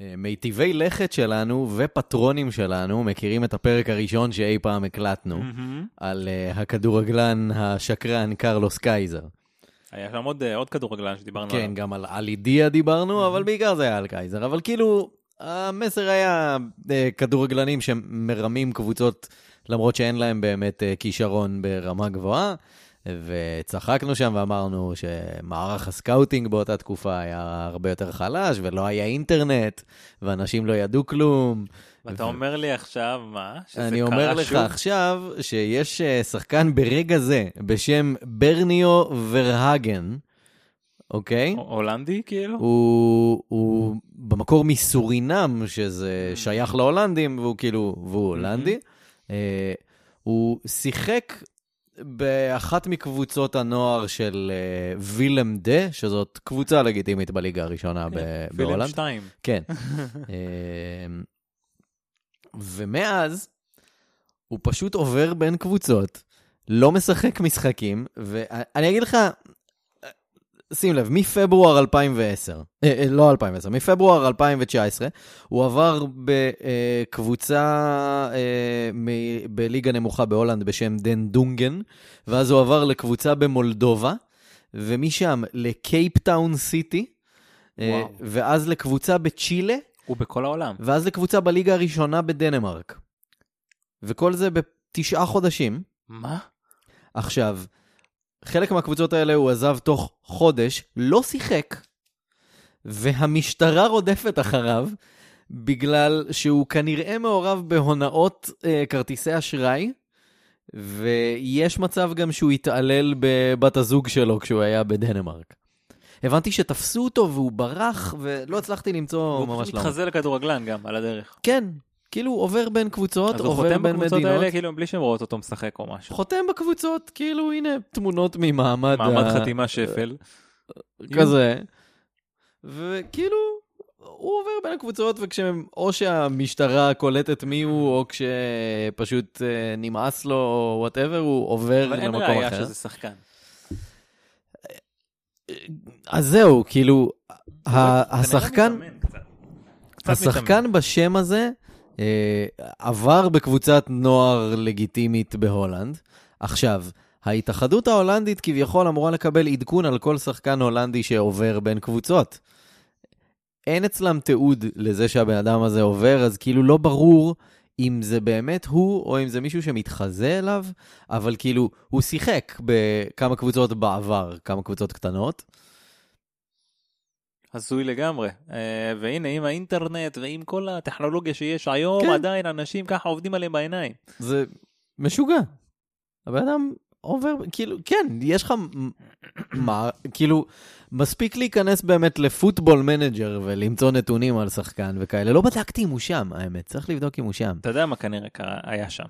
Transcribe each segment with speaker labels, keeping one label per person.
Speaker 1: אה, מיטיבי לכת שלנו ופטרונים שלנו מכירים את הפרק הראשון שאי פעם הקלטנו,
Speaker 2: Mm. Mm-hmm.
Speaker 1: על אה, הכדורגלן השקרן קרלוס קייזר.
Speaker 2: היה שם עוד, אה, עוד כדורגלן שדיברנו
Speaker 1: כן,
Speaker 2: עליו.
Speaker 1: גם על עלי דיה דיברנו, אבל בעיקר זה היה על קייזר. אבל כאילו, המסר היה אה, כדורגלנים שמרמים קבוצות, למרות שאין להם באמת אה, כישרון ברמה גבוהה. וצחקנו שם ואמרנו שמערך הסקאוטינג באותה תקופה היה הרבה יותר חלש, ולא היה אינטרנט, ואנשים לא ידעו כלום.
Speaker 2: ואתה אומר לי עכשיו, מה? שזה
Speaker 1: אני
Speaker 2: קרה
Speaker 1: אומר לך
Speaker 2: שוב?
Speaker 1: עכשיו שיש אה, שחקן ברגע זה בשם ברניו ורהגן, אוקיי?
Speaker 2: הו- הולנדי כאילו?
Speaker 1: הוא, הוא במקור מסורינם, שזה
Speaker 2: Mm.
Speaker 1: שייך להולנדים, והוא כאילו, והוא
Speaker 2: Mm-hmm.
Speaker 1: הולנדי. אה, הוא שיחק באחת מקבוצות הנוער של אה, וילם דה, שזאת קבוצה לגיטימית בליגה הראשונה ב-
Speaker 2: פילם
Speaker 1: בהולנד.
Speaker 2: שתיים.
Speaker 1: כן. אמ, ומאז הוא פשוט עובר בין קבוצות, לא משחק משחקים, ואני אגיד לך, שים לב, מפברואר 2010, אה, אה, לא 2010, מפברואר 2019, הוא עבר בקבוצה אה, מ- בליגה נמוכה בהולנד בשם דן דונגן, ואז הוא עבר לקבוצה במולדובה, ומשם לקייפטאון סיטי, אה,
Speaker 2: וואו.
Speaker 1: ואז לקבוצה בצ'ילה,
Speaker 2: הוא בכל העולם.
Speaker 1: ואז לקבוצה בליגה הראשונה בדנמרק. וכל זה בתשעה חודשים.
Speaker 2: מה?
Speaker 1: עכשיו, חלק מהקבוצות האלה הוא עזב תוך חודש, לא שיחק, והמשטרה רודפת אחריו, בגלל שהוא כנראה מעורב בהונאות אה, כרטיסי אשראי, ויש מצב גם שהוא התעלל בבת הזוג שלו כשהוא היה בדנמרק. הבנתי שתפסו אותו והוא ברח, ולא הצלחתי למצוא
Speaker 2: הוא
Speaker 1: ממש לא.
Speaker 2: פשוט
Speaker 1: למה.
Speaker 2: מתחזה לכדורגלן גם, על הדרך.
Speaker 1: כן, כאילו הוא עובר בין קבוצות,
Speaker 2: אז הוא
Speaker 1: עובר
Speaker 2: חותם
Speaker 1: בין
Speaker 2: בקבוצות
Speaker 1: מדינות.
Speaker 2: האלה כאילו בלי שהן רואות אותו משחק או משהו.
Speaker 1: חותם בקבוצות, כאילו הנה תמונות ממעמד
Speaker 2: מעמד
Speaker 1: ה- אה,
Speaker 2: חתימה שפל.
Speaker 1: כזה. וכאילו, הוא עובר בין הקבוצות, וכשהם, או שהמשטרה קולטת מי הוא, או כשפשוט אה, נמאס לו, או וואטאבר, הוא עובר
Speaker 2: אבל אין
Speaker 1: למקום
Speaker 2: ראייה
Speaker 1: אחר.
Speaker 2: שזה שחקן.
Speaker 1: אז זהו, כאילו,
Speaker 2: לא-
Speaker 1: ה-
Speaker 2: כנראה
Speaker 1: השחקן...
Speaker 2: מתאמן קצת. קצת מתאמן.
Speaker 1: השחקן בשם הזה אה, עבר בקבוצת נוער לגיטימית בהולנד. עכשיו, ההתאחדות ההולנדית כביכול אמורה לקבל עדכון על כל שחקן הולנדי שעובר בין קבוצות. אין אצלם תיעוד לזה שהבן אדם הזה עובר, אז כאילו לא ברור אם זה באמת הוא או אם זה מישהו שמתחזה אליו, אבל כאילו, הוא שיחק בכמה קבוצות בעבר, כמה קבוצות קטנות.
Speaker 2: הזוי לגמרי. אה, והנה, עם האינטרנט ועם כל הטכנולוגיה שיש היום,
Speaker 1: כן.
Speaker 2: עדיין אנשים ככה עובדים עליהם בעיניים.
Speaker 1: זה משוגע. הבן אדם עובר, כאילו, כן, יש לך, מ- מה, כאילו, מספיק להיכנס באמת לפוטבול מנג'ר ולמצוא נתונים על שחקן וכאלה. לא בדקתי אם הוא שם, האמת, צריך לבדוק אם הוא שם.
Speaker 2: אתה יודע מה כנראה קרה- היה שם.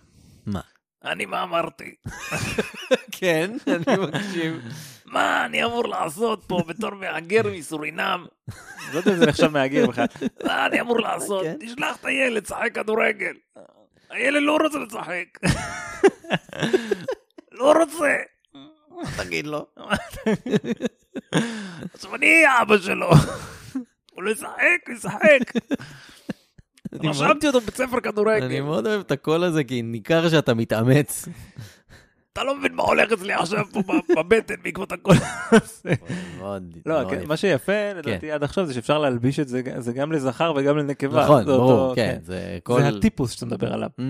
Speaker 1: מה?
Speaker 2: אני מה אמרתי?
Speaker 1: כן, אני מקשיב.
Speaker 2: מה אני אמור לעשות פה בתור מהגר מסורינם? לא יודע אם זה נחשב מהגר בכלל. מה אני אמור לעשות?
Speaker 1: כן.
Speaker 2: תשלח את הילד לשחק כדורגל. הילד לא רוצה לשחק. לא רוצה.
Speaker 1: תגיד לו.
Speaker 2: עכשיו אני אהיה אבא שלו. הוא לא ישחק, הוא ישחק. רשמתי אותו בבית ספר
Speaker 1: אני
Speaker 2: כדורגל.
Speaker 1: מאוד אוהב את הקול הזה, כי ניכר שאתה מתאמץ.
Speaker 2: אתה לא מבין מה הולך אצלי עכשיו פה ב- בבטן בעקבות הכל הזה.
Speaker 1: מאוד,
Speaker 2: לא,
Speaker 1: מאוד
Speaker 2: כן,
Speaker 1: יפה.
Speaker 2: מה שיפה לדעתי
Speaker 1: כן.
Speaker 2: עד עכשיו זה שאפשר להלביש את זה, ג- זה גם לזכר וגם לנקבה.
Speaker 1: נכון,
Speaker 2: זה אותו-
Speaker 1: ברור, כן, זה כל...
Speaker 2: זה הטיפוס שאתה מדבר עליו.
Speaker 1: Mm,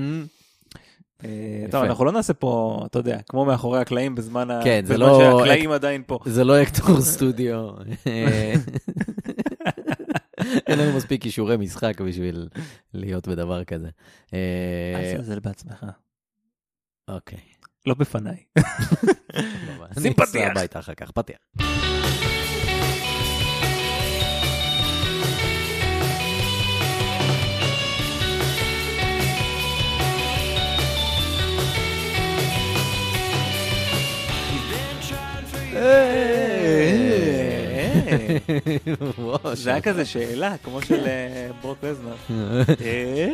Speaker 2: אה,
Speaker 1: יפה.
Speaker 2: טוב, אנחנו לא נעשה פה, אתה יודע, כמו מאחורי הקלעים בזמן ה-
Speaker 1: כן, זה
Speaker 2: בזמן
Speaker 1: לא-
Speaker 2: שהקלעים עדיין פה.
Speaker 1: זה לא אקטור סטודיו. אה, אין לנו מספיק כישורי משחק בשביל להיות בדבר כזה. אה,
Speaker 2: אל תזלזל בעצמך,
Speaker 1: אוקיי.
Speaker 2: לא בפניי.
Speaker 1: סבבה.
Speaker 2: שים
Speaker 1: אני
Speaker 2: פתיח.
Speaker 1: אסע הביתה אחר כך, פתיח. אה,
Speaker 2: אה,
Speaker 1: וואו,
Speaker 2: זה היה כזה שאלה, כמו של אה, ברוק לזנר. אה?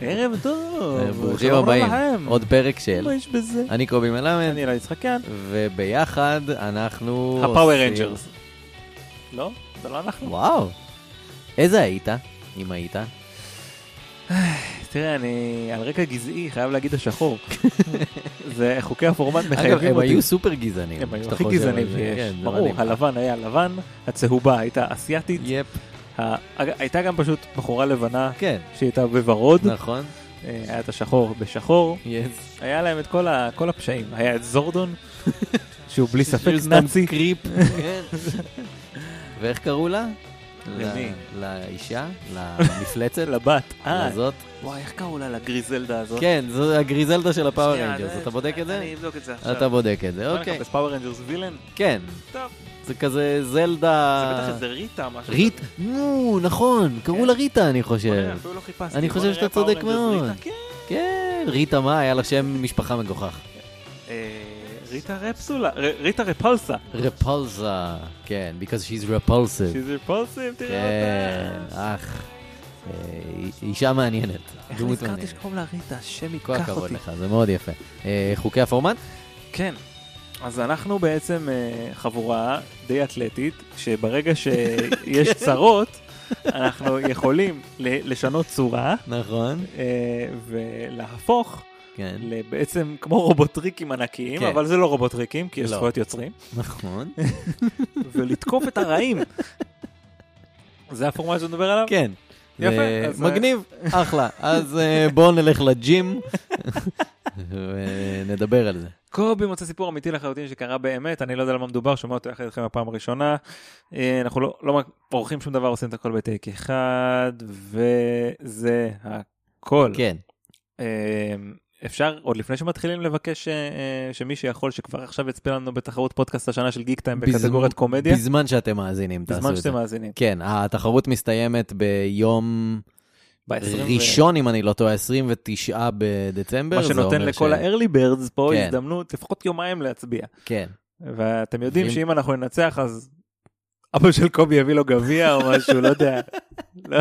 Speaker 2: ערב טוב,
Speaker 1: אה, ברוכים
Speaker 2: שלום
Speaker 1: הבאים,
Speaker 2: לכם.
Speaker 1: עוד פרק של...
Speaker 2: מה יש בזה?
Speaker 1: אני קובי מלמד,
Speaker 2: אני אלעד יצחקיאן,
Speaker 1: וביחד אנחנו...
Speaker 2: הפאוור
Speaker 1: עושים-
Speaker 2: רנג'רס. לא? זה לא אנחנו?
Speaker 1: וואו. איזה היית, אם היית?
Speaker 2: תראה, אני על רקע גזעי חייב להגיד השחור. זה חוקי הפורמט
Speaker 1: אגב,
Speaker 2: מחייבים
Speaker 1: הם
Speaker 2: אותי.
Speaker 1: היו סופר גזענים.
Speaker 2: הם היו
Speaker 1: כשאתה
Speaker 2: הכי
Speaker 1: חושב על
Speaker 2: גזענים
Speaker 1: זה.
Speaker 2: שיש.
Speaker 1: כן, זה
Speaker 2: ברור,
Speaker 1: מדהים.
Speaker 2: הלבן היה לבן, הצהובה הייתה אסייתית,
Speaker 1: יפ,
Speaker 2: ה- אג- הייתה גם פשוט בחורה לבנה
Speaker 1: כן,
Speaker 2: שהייתה בוורוד,
Speaker 1: נכון,
Speaker 2: אה, היה את השחור בשחור,
Speaker 1: יס.
Speaker 2: היה להם את כל ה- כל הפשעים. היה את זורדון, שהוא בלי ספק
Speaker 1: שהוא סתם
Speaker 2: נאצי.
Speaker 1: קריפ, כן. ואיך קראו לה?
Speaker 2: למי?
Speaker 1: ל- לאישה? למפלצת?
Speaker 2: לבת, אה,
Speaker 1: לזאת?
Speaker 2: וואי, איך קראו לה לגריזלדה הזאת?
Speaker 1: כן, זו הגריזלדה של הפאוור
Speaker 2: שנייה,
Speaker 1: רנג'רס,
Speaker 2: זה-
Speaker 1: אתה בודק את
Speaker 2: אני
Speaker 1: זה?
Speaker 2: אבדוק את זה עכשיו.
Speaker 1: אתה בודק את זה,
Speaker 2: בוא
Speaker 1: אוקיי.
Speaker 2: נחפש פאוור רנג'רס וילן?
Speaker 1: כן,
Speaker 2: טוב,
Speaker 1: זה כזה
Speaker 2: זה
Speaker 1: זלדה...
Speaker 2: בטח איזה ריטה, משהו. כזה.
Speaker 1: רית, נו, נכון, קראו
Speaker 2: כן.
Speaker 1: לה ריטה, אני
Speaker 2: בוא נראה,
Speaker 1: חושב.
Speaker 2: אפילו לא חיפשתי.
Speaker 1: אני
Speaker 2: בוא
Speaker 1: חושב
Speaker 2: נראה
Speaker 1: שאתה
Speaker 2: פאוור
Speaker 1: צודק
Speaker 2: רנג'רס
Speaker 1: מאוד.
Speaker 2: ריטה, כן.
Speaker 1: כן, ריטה מה, היה לה שם משפחה מגוחך.
Speaker 2: אה, ריטה רפסולה, ר- ריטה רפלסה.
Speaker 1: כן. רפולזה, כן, because she's repulsive.
Speaker 2: שזה רפלסים, תראה
Speaker 1: כן,
Speaker 2: אותה.
Speaker 1: אך, אה, אישה מעניינת,
Speaker 2: איך
Speaker 1: דמות
Speaker 2: נזכרתי
Speaker 1: מעניינת.
Speaker 2: שקוראים לה ריטה, השם
Speaker 1: כל
Speaker 2: ייקח
Speaker 1: הכבוד
Speaker 2: אותי.
Speaker 1: לך, זה מאוד יפה. אה, חוקי הפורמט?
Speaker 2: כן. אז אנחנו בעצם אה, חבורה די אתלטית, שברגע שיש צרות, אנחנו יכולים ל- לשנות צורה
Speaker 1: נכון.
Speaker 2: אה, ולהפוך
Speaker 1: כן,
Speaker 2: בעצם כמו רובוטריקים ענקיים,
Speaker 1: כן.
Speaker 2: אבל זה לא רובוטריקים, כי יש
Speaker 1: לא.
Speaker 2: זכויות יוצרים,
Speaker 1: נכון.
Speaker 2: ולתקוף את הרעים. זה הפורמט שאתה מדבר עליו?
Speaker 1: כן.
Speaker 2: יפה,
Speaker 1: זה
Speaker 2: אז, אה,
Speaker 1: מגניב, אחלה. אז אה, בואו נלך לג'ים ונדבר על זה.
Speaker 2: קובי מצא סיפור אמיתי לחלוטין שקרה באמת, אני לא יודע על מה מדובר, שומע אותו יחד איתכם בפעם הראשונה. אה, אנחנו לא, לא עורכים שום דבר, עושים את הכל בטייק אחד, וזה הכל.
Speaker 1: כן,
Speaker 2: אה, אפשר, עוד לפני שמתחילים לבקש אה, אה, שמי שיכול, שכבר עכשיו יצפה לנו בתחרות פודקאסט השנה של גיק טיים
Speaker 1: בזמן-
Speaker 2: בקטגוריית קומדיה,
Speaker 1: בזמן שאתם מאזינים, תעשו
Speaker 2: בזמן
Speaker 1: את זה.
Speaker 2: שאתם מאזינים.
Speaker 1: כן, התחרות מסתיימת ביום
Speaker 2: ב-עשרים ו-
Speaker 1: ראשון, אם אני לא טועה, 29 בדצמבר.
Speaker 2: מה
Speaker 1: זה אומר
Speaker 2: שנותן לכל
Speaker 1: ש-
Speaker 2: ה-early birds פה
Speaker 1: כן.
Speaker 2: הזדמנות לפחות יומיים להצביע.
Speaker 1: כן,
Speaker 2: ואתם יודעים
Speaker 1: ואם-
Speaker 2: שאם אנחנו ננצח אז אבא של קובי יביא לו גביע או משהו, לא יודע. לא-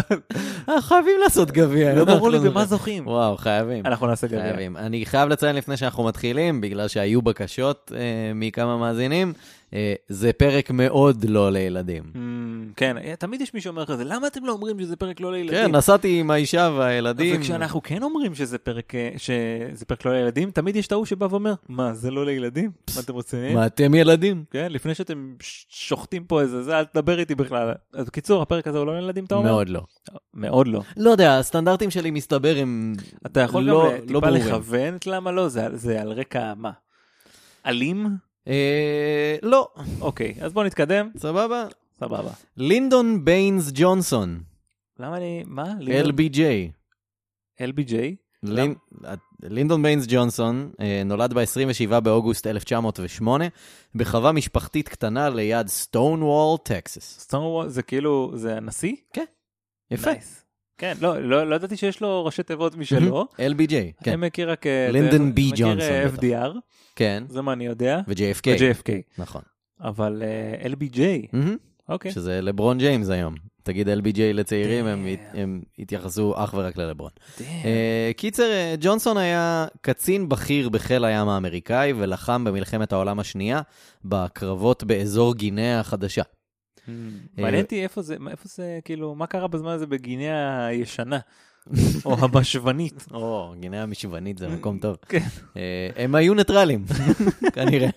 Speaker 1: אה, חייבים לעשות גביע.
Speaker 2: לא ברור לי
Speaker 1: אנחנו-
Speaker 2: במה זוכים.
Speaker 1: וואו, חייבים.
Speaker 2: אנחנו נעשה גביע.
Speaker 1: כן. חייבים. אני חייב לציין לפני שאנחנו מתחילים, בגלל שהיו בקשות אה, מכמה מאזינים, אה, זה פרק מאוד לא לילדים.
Speaker 2: אמ, כן, תמיד יש מי שאומר כזה, למה אתם לא אומרים שזה פרק לא
Speaker 1: כן,
Speaker 2: לילדים?
Speaker 1: נסעתי עם האישה והילדים.
Speaker 2: וכשאנחנו כן אומרים שזה פרק, אה, שזה פרק לא לילדים, תמיד יש את ההוא שבא ואומר, מה, זה לא לילדים? מה אתם רציניים?
Speaker 1: מה, אתם ילדים?
Speaker 2: כן, לפני שאתם ש- שוחטים פה איזה זה, אל תדבר איתי בכלל. אז בקיצור, הפרק הזה הוא לא לילדים, אתה אומר?
Speaker 1: מאוד לא.
Speaker 2: מאוד לא.
Speaker 1: לא יודע, הסטנדרטים שלי מסתבר הם...
Speaker 2: אתה יכול
Speaker 1: לא-
Speaker 2: גם אה,
Speaker 1: לא
Speaker 2: טיפה
Speaker 1: ברורים.
Speaker 2: לכוון את למה לא, זה- זה על רקע מה? אלים?
Speaker 1: אה, לא,
Speaker 2: אוקיי, אז בוא נתקדם,
Speaker 1: סבבה.
Speaker 2: סבבה.
Speaker 1: לינדון ביינס ג'ונסון,
Speaker 2: למה אני, מה?
Speaker 1: LBJ.
Speaker 2: LBJ?
Speaker 1: לינ- לינדון ביינס ג'ונסון אה, נולד ב-27 באוגוסט 1908 בחווה משפחתית קטנה ליד סטון וול, טקסס.
Speaker 2: סטונוול זה כאילו, זה הנשיא?
Speaker 1: יפה.
Speaker 2: Nice. כן, לא, לא, לא ידעתי שיש לו ראשי תיבות משלו.
Speaker 1: LBJ,
Speaker 2: אני
Speaker 1: כן.
Speaker 2: מכיר רק... אה,
Speaker 1: לינדון
Speaker 2: זה-
Speaker 1: בי
Speaker 2: מכיר,
Speaker 1: ג'ונסון,
Speaker 2: אה,
Speaker 1: בטח.
Speaker 2: FDR,
Speaker 1: כן,
Speaker 2: זה מה אני יודע.
Speaker 1: ו-JFK,
Speaker 2: ו-JFK.
Speaker 1: נכון.
Speaker 2: אבל אה, LBJ,
Speaker 1: מהמם.
Speaker 2: אוקיי.
Speaker 1: Mm. Mm-hmm. שזה לברון ג'יימס היום. תגיד LBJ לצעירים, הם
Speaker 2: Damn.
Speaker 1: הת- הם התייחסו אך ורק ללברון.
Speaker 2: Damn.
Speaker 1: אה, קיצר, אה, ג'ונסון היה קצין בכיר בחיל הים האמריקאי ולחם במלחמת העולם השנייה בקרבות באזור גינאה החדשה.
Speaker 2: Hmm.
Speaker 1: אה,
Speaker 2: מעניין אותי איפה זה, מה- איפה זה, כאילו, מה קרה בזמן הזה בגיניה הישנה, או הבשוונית.
Speaker 1: או, גינאה המשוונית זה מקום טוב.
Speaker 2: כן.
Speaker 1: אה, הם היו ניטרלים, כנראה.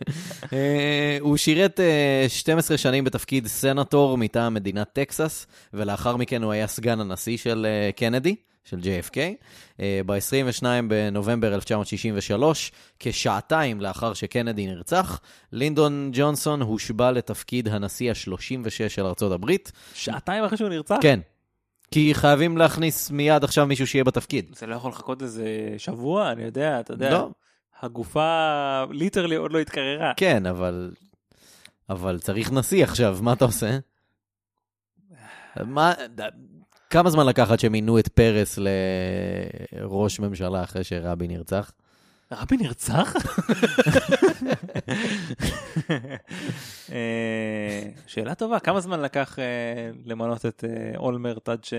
Speaker 1: אה, הוא שירת אה, 12 שנים בתפקיד סנטור מטעם מדינת טקסס, ולאחר מכן הוא היה סגן הנשיא של אה, קנדי. של JFK, ב-22 אה, בנובמבר 1963, כשעתיים לאחר שקנדי נרצח, לינדון ג'ונסון הושבע לתפקיד הנשיא ה-36 של ארצות הברית.
Speaker 2: שעתיים אחרי שהוא נרצח?
Speaker 1: כן, כי חייבים להכניס מיד עכשיו מישהו שיהיה בתפקיד.
Speaker 2: זה לא יכול לחכות איזה שבוע, אני יודע, אתה יודע.
Speaker 1: לא,
Speaker 2: הגופה ליטרלי עוד לא התקררה.
Speaker 1: כן, אבל... אבל צריך נשיא עכשיו, מה אתה עושה? מה... כמה זמן לקח עד שמינו את פרס לראש ממשלה אחרי שרבין נרצח?
Speaker 2: רבין נרצח? אה, שאלה טובה, כמה זמן לקח אה, למנות את אה, אולמרט עד ש...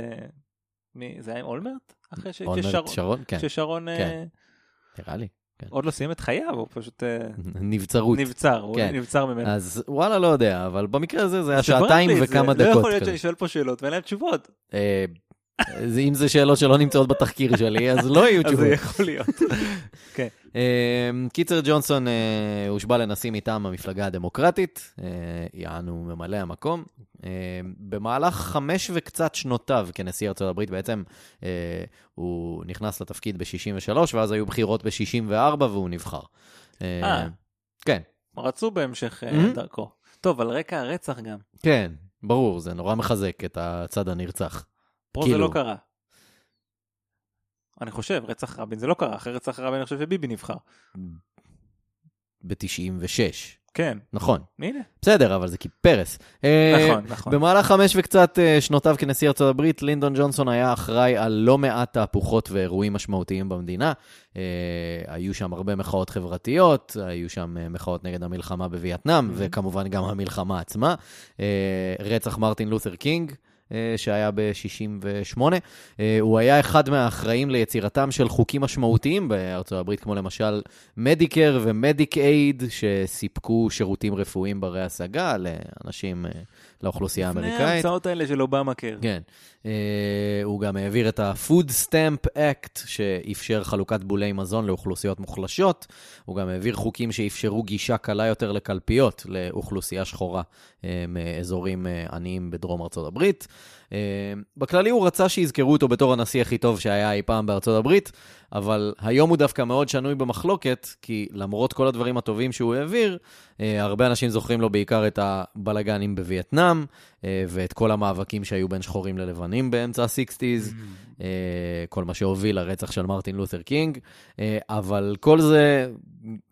Speaker 2: מי, זה היה עם אולמרט? אחרי ש...
Speaker 1: אולמרט
Speaker 2: כששר-
Speaker 1: שרון? כן,
Speaker 2: כששרון... אה,
Speaker 1: כן. נראה לי. כן.
Speaker 2: עוד לא סיים את חייו, הוא פשוט אה,
Speaker 1: נבצרות.
Speaker 2: נבצר, הוא
Speaker 1: כן.
Speaker 2: נבצר ממנו.
Speaker 1: אז וואלה, לא יודע, אבל במקרה הזה זה היה
Speaker 2: זה בוער
Speaker 1: שעתיים
Speaker 2: לי, זה-
Speaker 1: וכמה
Speaker 2: לא
Speaker 1: דקות.
Speaker 2: יכול להיות
Speaker 1: כזה.
Speaker 2: שאני שואל פה שאלות ואין להם תשובות,
Speaker 1: אה, זה- אם זה שאלות שלא נמצאות בתחקיר שלי, אז לא יהיו
Speaker 2: אז
Speaker 1: תשובות.
Speaker 2: זה יכול להיות.
Speaker 1: אה, קיצר ג'ונסון אה, הושבע לנשיא מטעם המפלגה הדמוקרטית, אה, יענו ממלא המקום. אה, במהלך חמש וקצת שנותיו כנשיא ארצות הברית, בעצם אה, הוא נכנס לתפקיד ב-63, ואז היו בחירות ב-64 והוא נבחר. אה,
Speaker 2: אה.
Speaker 1: כן,
Speaker 2: רצו בהמשך אה,
Speaker 1: Mhm.
Speaker 2: דרכו. טוב, על רקע הרצח גם.
Speaker 1: כן, ברור, זה נורא מחזק את הצד הנרצח.
Speaker 2: פה זה
Speaker 1: כאילו.
Speaker 2: לא קרה. אני חושב, רצח רבין זה לא קרה, אחרי רצח רבין אני חושב שביבי נבחר.
Speaker 1: ב-96,
Speaker 2: כן,
Speaker 1: נכון.
Speaker 2: הנה.
Speaker 1: בסדר, אבל זה כי פרס. אה,
Speaker 2: נכון, נכון.
Speaker 1: במהלך חמש וקצת אה, שנותיו כנשיא ארצות הברית, לינדון ג'ונסון היה אחראי על לא מעט תהפוכות ואירועים משמעותיים במדינה. אה, היו שם הרבה מחאות חברתיות, היו שם אה, מחאות נגד המלחמה בווייטנאם, וכמובן גם המלחמה עצמה. אה, רצח מרטין לותר קינג. אה, שהיה ב-68. אה, הוא היה אחד מהאחראים ליצירתם של חוקים משמעותיים בארצות הברית, כמו למשל מדיקר ומדיק אייד, שסיפקו שירותים רפואיים ברי השגה לאנשים, אה, לאוכלוסייה
Speaker 2: לפני
Speaker 1: האמריקאית.
Speaker 2: ההמצאות האלה של אובמה קר.
Speaker 1: כן. אה, הוא גם העביר את ה-Food Stamp Act, שאפשר חלוקת בולי מזון לאוכלוסיות מוחלשות. הוא גם העביר חוקים שאפשרו גישה קלה יותר לקלפיות לאוכלוסייה שחורה אה, מאזורים אה, עניים בדרום ארצות הברית. אה, בכללי הוא רצה שיזכרו אותו בתור הנשיא הכי טוב שהיה אי פעם בארצות הברית, אבל היום הוא דווקא מאוד שנוי במחלוקת, כי למרות כל הדברים הטובים שהוא העביר, אה, הרבה אנשים זוכרים לו בעיקר את הבלגנים בווייטנאם, אה, ואת כל המאבקים שהיו בין שחורים ללבנים באמצע ה-60's,
Speaker 2: Mm.
Speaker 1: אה, כל מה שהוביל לרצח של מרטין לותר קינג, אה, אבל כל זה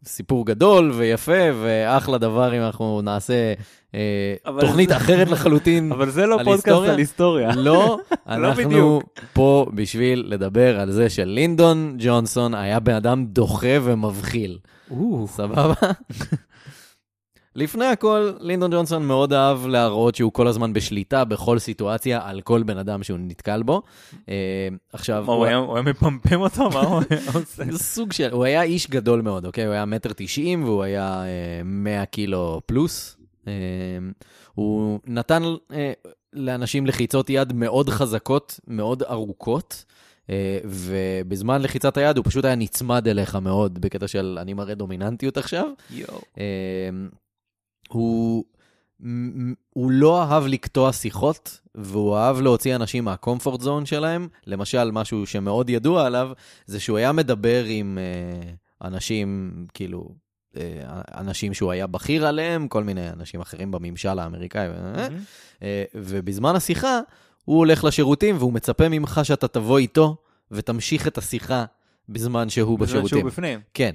Speaker 1: סיפור גדול ויפה ואחלה דבר אם אנחנו נעשה אה,
Speaker 2: אבל
Speaker 1: תוכנית
Speaker 2: זה-
Speaker 1: אחרת לחלוטין.
Speaker 2: אבל זה לא
Speaker 1: על
Speaker 2: פודקאסט
Speaker 1: היסטוריה?
Speaker 2: על היסטוריה.
Speaker 1: לא, אנחנו
Speaker 2: בדיוק.
Speaker 1: פה בשביל לדבר על זה שלינדון ג'ונסון היה בן אדם דוחה ומבחיל. סבבה? לפני הכל, לינדון ג'ונסון מאוד אהב להראות שהוא כל הזמן בשליטה בכל סיטואציה על כל בן אדם שהוא נתקל בו. אה, עכשיו,
Speaker 2: מה, הוא היה- הוא היה מפמפם אותו? מה הוא היה עושה?
Speaker 1: זה סוג של, הוא היה איש גדול מאוד, אוקיי? הוא היה מטר תשעים והוא היה אה, 100 קילו פלוס. אה, הוא נתן אה, לאנשים לחיצות יד מאוד חזקות, מאוד ארוכות, אה, ובזמן לחיצת היד הוא פשוט היה נצמד אליך מאוד, בקטע של אני מראה דומיננטיות עכשיו.
Speaker 2: יואו.
Speaker 1: אמ, הוא, מ- מ- הוא לא אהב לקטוע שיחות, והוא אהב להוציא אנשים מהקומפורט זון שלהם. למשל, משהו שמאוד ידוע עליו, זה שהוא היה מדבר עם אה, אנשים, כאילו, אה, אנשים שהוא היה בכיר עליהם, כל מיני אנשים אחרים בממשל האמריקאי, אה, אה, ובזמן השיחה, הוא הולך לשירותים והוא מצפה ממך שאתה תבוא איתו ותמשיך את השיחה בזמן שהוא
Speaker 2: בזמן שהוא
Speaker 1: בשירותים.
Speaker 2: בפנים.
Speaker 1: כן.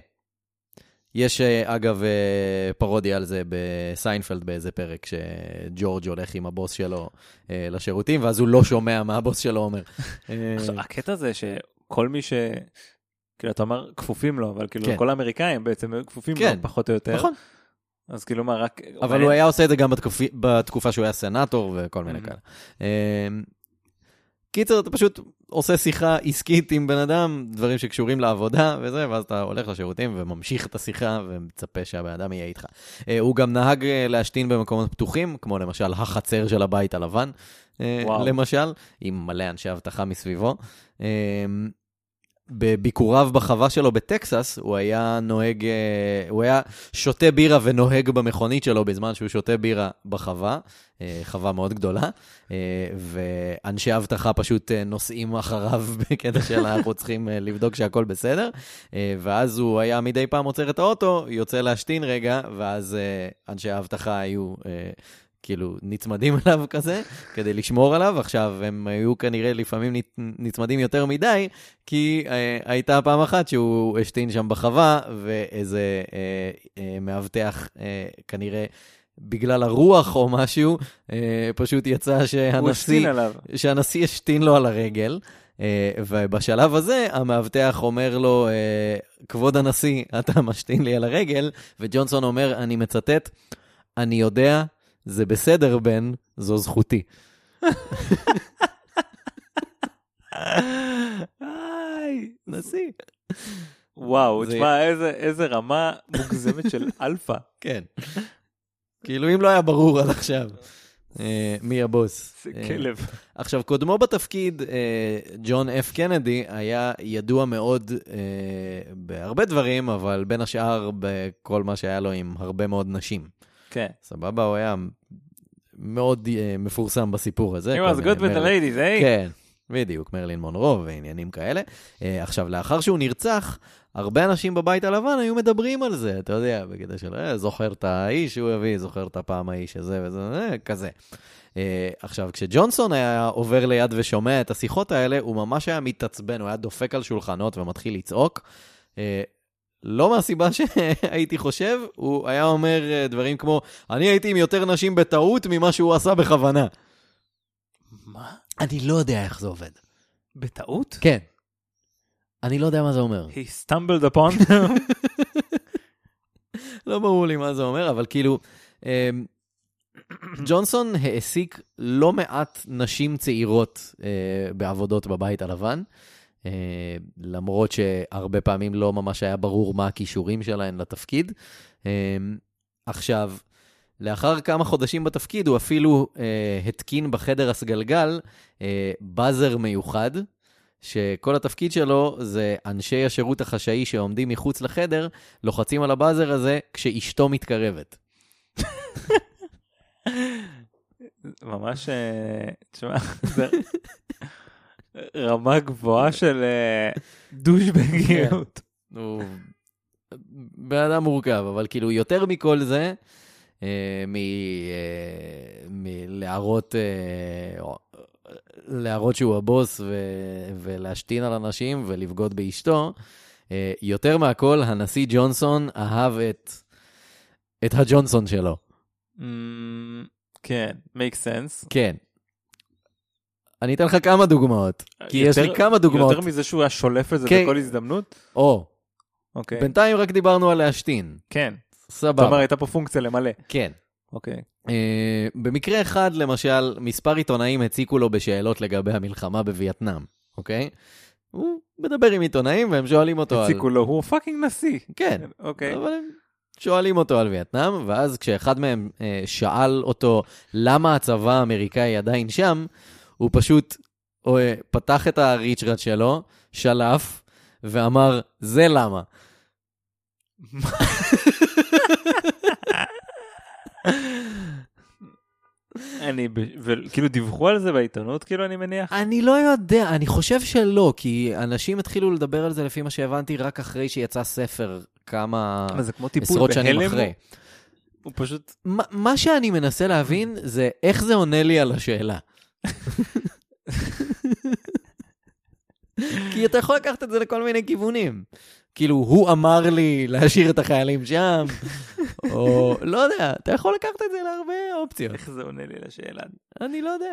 Speaker 1: יש, אה, אגב, אה, פרודיה על זה בסיינפלד באיזה פרק, שג'ורג' הולך עם הבוס שלו אה, לשירותים, ואז הוא לא שומע מה הבוס שלו אומר. אה,
Speaker 2: עכשיו, הקטע זה שכל מי ש... כאילו, אתה אומר כפופים לו, אבל כאילו,
Speaker 1: כן.
Speaker 2: כל האמריקאים בעצם היו כפופים
Speaker 1: כן.
Speaker 2: לו, פחות או יותר.
Speaker 1: נכון,
Speaker 2: אז כאילו, מה, רק...
Speaker 1: אבל הוא היה עושה את זה גם בתקופי- בתקופה שהוא היה סנאטור וכל מיני
Speaker 2: Mhm.
Speaker 1: כאלה. אה, קיצר, אתה פשוט עושה שיחה עסקית עם בן אדם, דברים שקשורים לעבודה וזה, ואז אתה הולך לשירותים וממשיך את השיחה ומצפה שהבן אדם יהיה איתך. אה, הוא גם נהג אה, להשתין במקומות פתוחים, כמו למשל החצר של הבית הלבן, אה,
Speaker 2: וואו.
Speaker 1: למשל, עם מלא אנשי אבטחה מסביבו. אה, בביקוריו בחווה שלו בטקסס, הוא היה נוהג, אה, הוא היה שותה בירה ונוהג במכונית שלו בזמן שהוא שותה בירה בחווה, אה, חווה מאוד גדולה, אה, ואנשי אבטחה פשוט אה, נוסעים אחריו בקטע של אנחנו צריכים אה, לבדוק שהכל בסדר, אה, ואז הוא היה מדי פעם עוצר את האוטו, יוצא להשתין רגע, ואז אה, אנשי האבטחה היו... אה, כאילו נצמדים אליו כזה, כדי לשמור עליו. עכשיו, הם היו כנראה לפעמים נת- נצמדים יותר מדי, כי אה, הייתה פעם אחת שהוא השתין שם בחווה, ואיזה אה, אה, מאבטח, אה, כנראה בגלל הרוח או משהו, אה, פשוט יצא
Speaker 2: הוא השתין
Speaker 1: שהנשיא,
Speaker 2: עליו.
Speaker 1: שהנשיא השתין לו על הרגל. אה, ובשלב הזה המאבטח אומר לו, אה, כבוד הנשיא, אתה משתין לי על הרגל, וג'ונסון אומר, אני מצטט, אני יודע, זה בסדר, בן, זו זכותי.
Speaker 2: איי,
Speaker 1: נשיא.
Speaker 2: וואו,
Speaker 1: זה-
Speaker 2: תשמע, איזה- איזה רמה מוגזמת של אלפא.
Speaker 1: כן. כאילו, אם לא היה ברור עד עכשיו, אה, מי הבוס.
Speaker 2: זה
Speaker 1: אה,
Speaker 2: כלב.
Speaker 1: עכשיו, קודמו בתפקיד, אה, ג'ון F. קנדי, היה ידוע מאוד אה, בהרבה דברים, אבל בין השאר בכל מה שהיה לו עם הרבה מאוד נשים.
Speaker 2: כן.
Speaker 1: סבבה, הוא היה מאוד אה, מפורסם בסיפור הזה.
Speaker 2: He
Speaker 1: כל
Speaker 2: was
Speaker 1: מיני
Speaker 2: good with the
Speaker 1: מרל-
Speaker 2: ladies, היי?
Speaker 1: כן, בדיוק, מרלין מונרו ועניינים כאלה. אה, עכשיו, לאחר שהוא נרצח, הרבה אנשים בבית הלבן היו מדברים על זה, אתה יודע, בקטע של אה, זוכר את האיש שהוא הביא, זוכר את הפעם האיש הזה וזה, אה, כזה. אה, עכשיו, כשג'ונסון היה עובר ליד ושומע את השיחות האלה, הוא ממש היה מתעצבן, הוא היה דופק על שולחנות ומתחיל לצעוק. אה, לא מהסיבה שהייתי חושב, הוא היה אומר אה, דברים כמו, אני הייתי עם יותר נשים בטעות ממה שהוא עשה בכוונה.
Speaker 2: מה?
Speaker 1: אני לא יודע איך זה עובד.
Speaker 2: בטעות?
Speaker 1: כן. אני לא יודע מה זה אומר.
Speaker 2: He stumbled upon.
Speaker 1: לא ברור לי מה זה אומר, אבל כאילו, אמ, ג'ונסון העסיק לא מעט נשים צעירות אה, בעבודות בבית הלבן, אה, למרות שהרבה פעמים לא ממש היה ברור מה הכישורים שלהן לתפקיד. אמ, עכשיו, לאחר כמה חודשים בתפקיד, הוא אפילו אה, התקין בחדר הסגלגל אה, באזר מיוחד, שכל התפקיד שלו זה אנשי השירות החשאי שעומדים מחוץ לחדר, לוחצים על הבאזר הזה כשאשתו מתקרבת.
Speaker 2: ממש, אה, תשמע, זה רמה
Speaker 1: כן.
Speaker 2: גבוהה של אה, דושבגיות.
Speaker 1: הוא בן אדם מורכב, אבל כאילו יותר מכל זה, אה, מ... אה, מלהראות אה, להראות שהוא הבוס ו... ולהשתין על אנשים ולבגוד באשתו, אה, יותר מהכל, הנשיא ג'ונסון אהב את, את הג'ונסון שלו.
Speaker 2: אמ, כן, make sense.
Speaker 1: כן. אני אתן לך כמה דוגמאות, כי יש לי
Speaker 2: יותר-
Speaker 1: כמה דוגמאות.
Speaker 2: יותר מזה שהוא היה שולף את זה
Speaker 1: כן.
Speaker 2: בכל הזדמנות?
Speaker 1: או,
Speaker 2: אוקיי.
Speaker 1: בינתיים רק דיברנו על להשתין.
Speaker 2: כן. זאת
Speaker 1: סבבה,
Speaker 2: אומרת, הייתה פה פונקציה למלא.
Speaker 1: כן.
Speaker 2: אוקיי.
Speaker 1: אה, במקרה אחד, למשל, מספר עיתונאים הציקו לו בשאלות לגבי המלחמה בווייטנאם, אוקיי? הוא מדבר עם עיתונאים והם שואלים אותו על...
Speaker 2: הציקו לו, הוא פאקינג נשיא.
Speaker 1: כן,
Speaker 2: אוקיי.
Speaker 1: אבל הם שואלים אותו על וייטנאם, ואז כשאחד מהם אה, שאל אותו למה הצבא האמריקאי עדיין שם, הוא פשוט אה, פתח את הריצ'רד שלו, שלף, ואמר, זה למה.
Speaker 2: אני, ב- וכאילו דיווחו על זה בעיתונות, כאילו, אני מניח?
Speaker 1: אני לא יודע, אני חושב שלא, כי אנשים התחילו לדבר על זה, לפי מה שהבנתי, רק אחרי שיצא ספר כמה
Speaker 2: אבל זה כמו טיפול
Speaker 1: אה, עשרות שנים
Speaker 2: בהלם.
Speaker 1: אחרי.
Speaker 2: הוא פשוט,
Speaker 1: מה- מה שאני מנסה להבין זה איך זה עונה לי על השאלה. כי אתה יכול לקחת את זה לכל מיני כיוונים. כאילו, הוא אמר לי להשאיר את החיילים שם, או לא יודע, אתה יכול לקחת את זה להרבה אופציות.
Speaker 2: איך זה עונה לי לשאלה?
Speaker 1: אני לא יודע.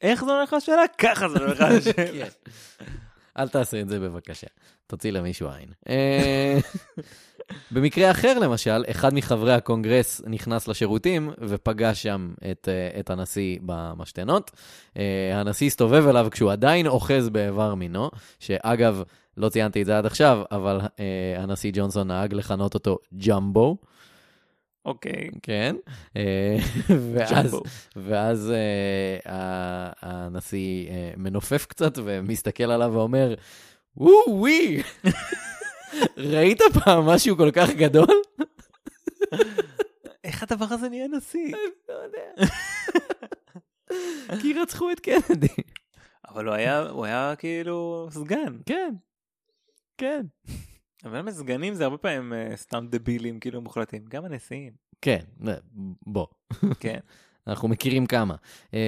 Speaker 2: איך זה עונה לך לשאלה? ככה זה עונה לך
Speaker 1: כן.
Speaker 2: לשאלה.
Speaker 1: אל תעשה את זה בבקשה, תוציא למישהו עין. אה, במקרה אחר, למשל, אחד מחברי הקונגרס נכנס לשירותים ופגש שם את, אה, את הנשיא במשתנות. אה, הנשיא הסתובב אליו כשהוא עדיין אוחז באיבר מינו, שאגב, לא ציינתי את זה עד עכשיו, אבל אה, הנשיא ג'ונסון נהג לכנות אותו ג'מבו,
Speaker 2: אוקיי.
Speaker 1: כן? אה, ואז,
Speaker 2: ג'מבו.
Speaker 1: ואז אה, ה- הנשיא אה, מנופף קצת ומסתכל עליו ואומר, וואו ווי, ראית פעם משהו כל כך גדול?
Speaker 2: איך הדבר הזה נהיה נשיא?
Speaker 1: לא יודע. כי רצחו את קנדי.
Speaker 2: אבל הוא היה, הוא היה כאילו סגן.
Speaker 1: כן, כן.
Speaker 2: אבל באמת סגנים זה הרבה פעמים אה, סתם דבילים כאילו מוחלטים. גם הנשיאים.
Speaker 1: כן, אה, בוא.
Speaker 2: כן.
Speaker 1: אנחנו מכירים כמה. אמ,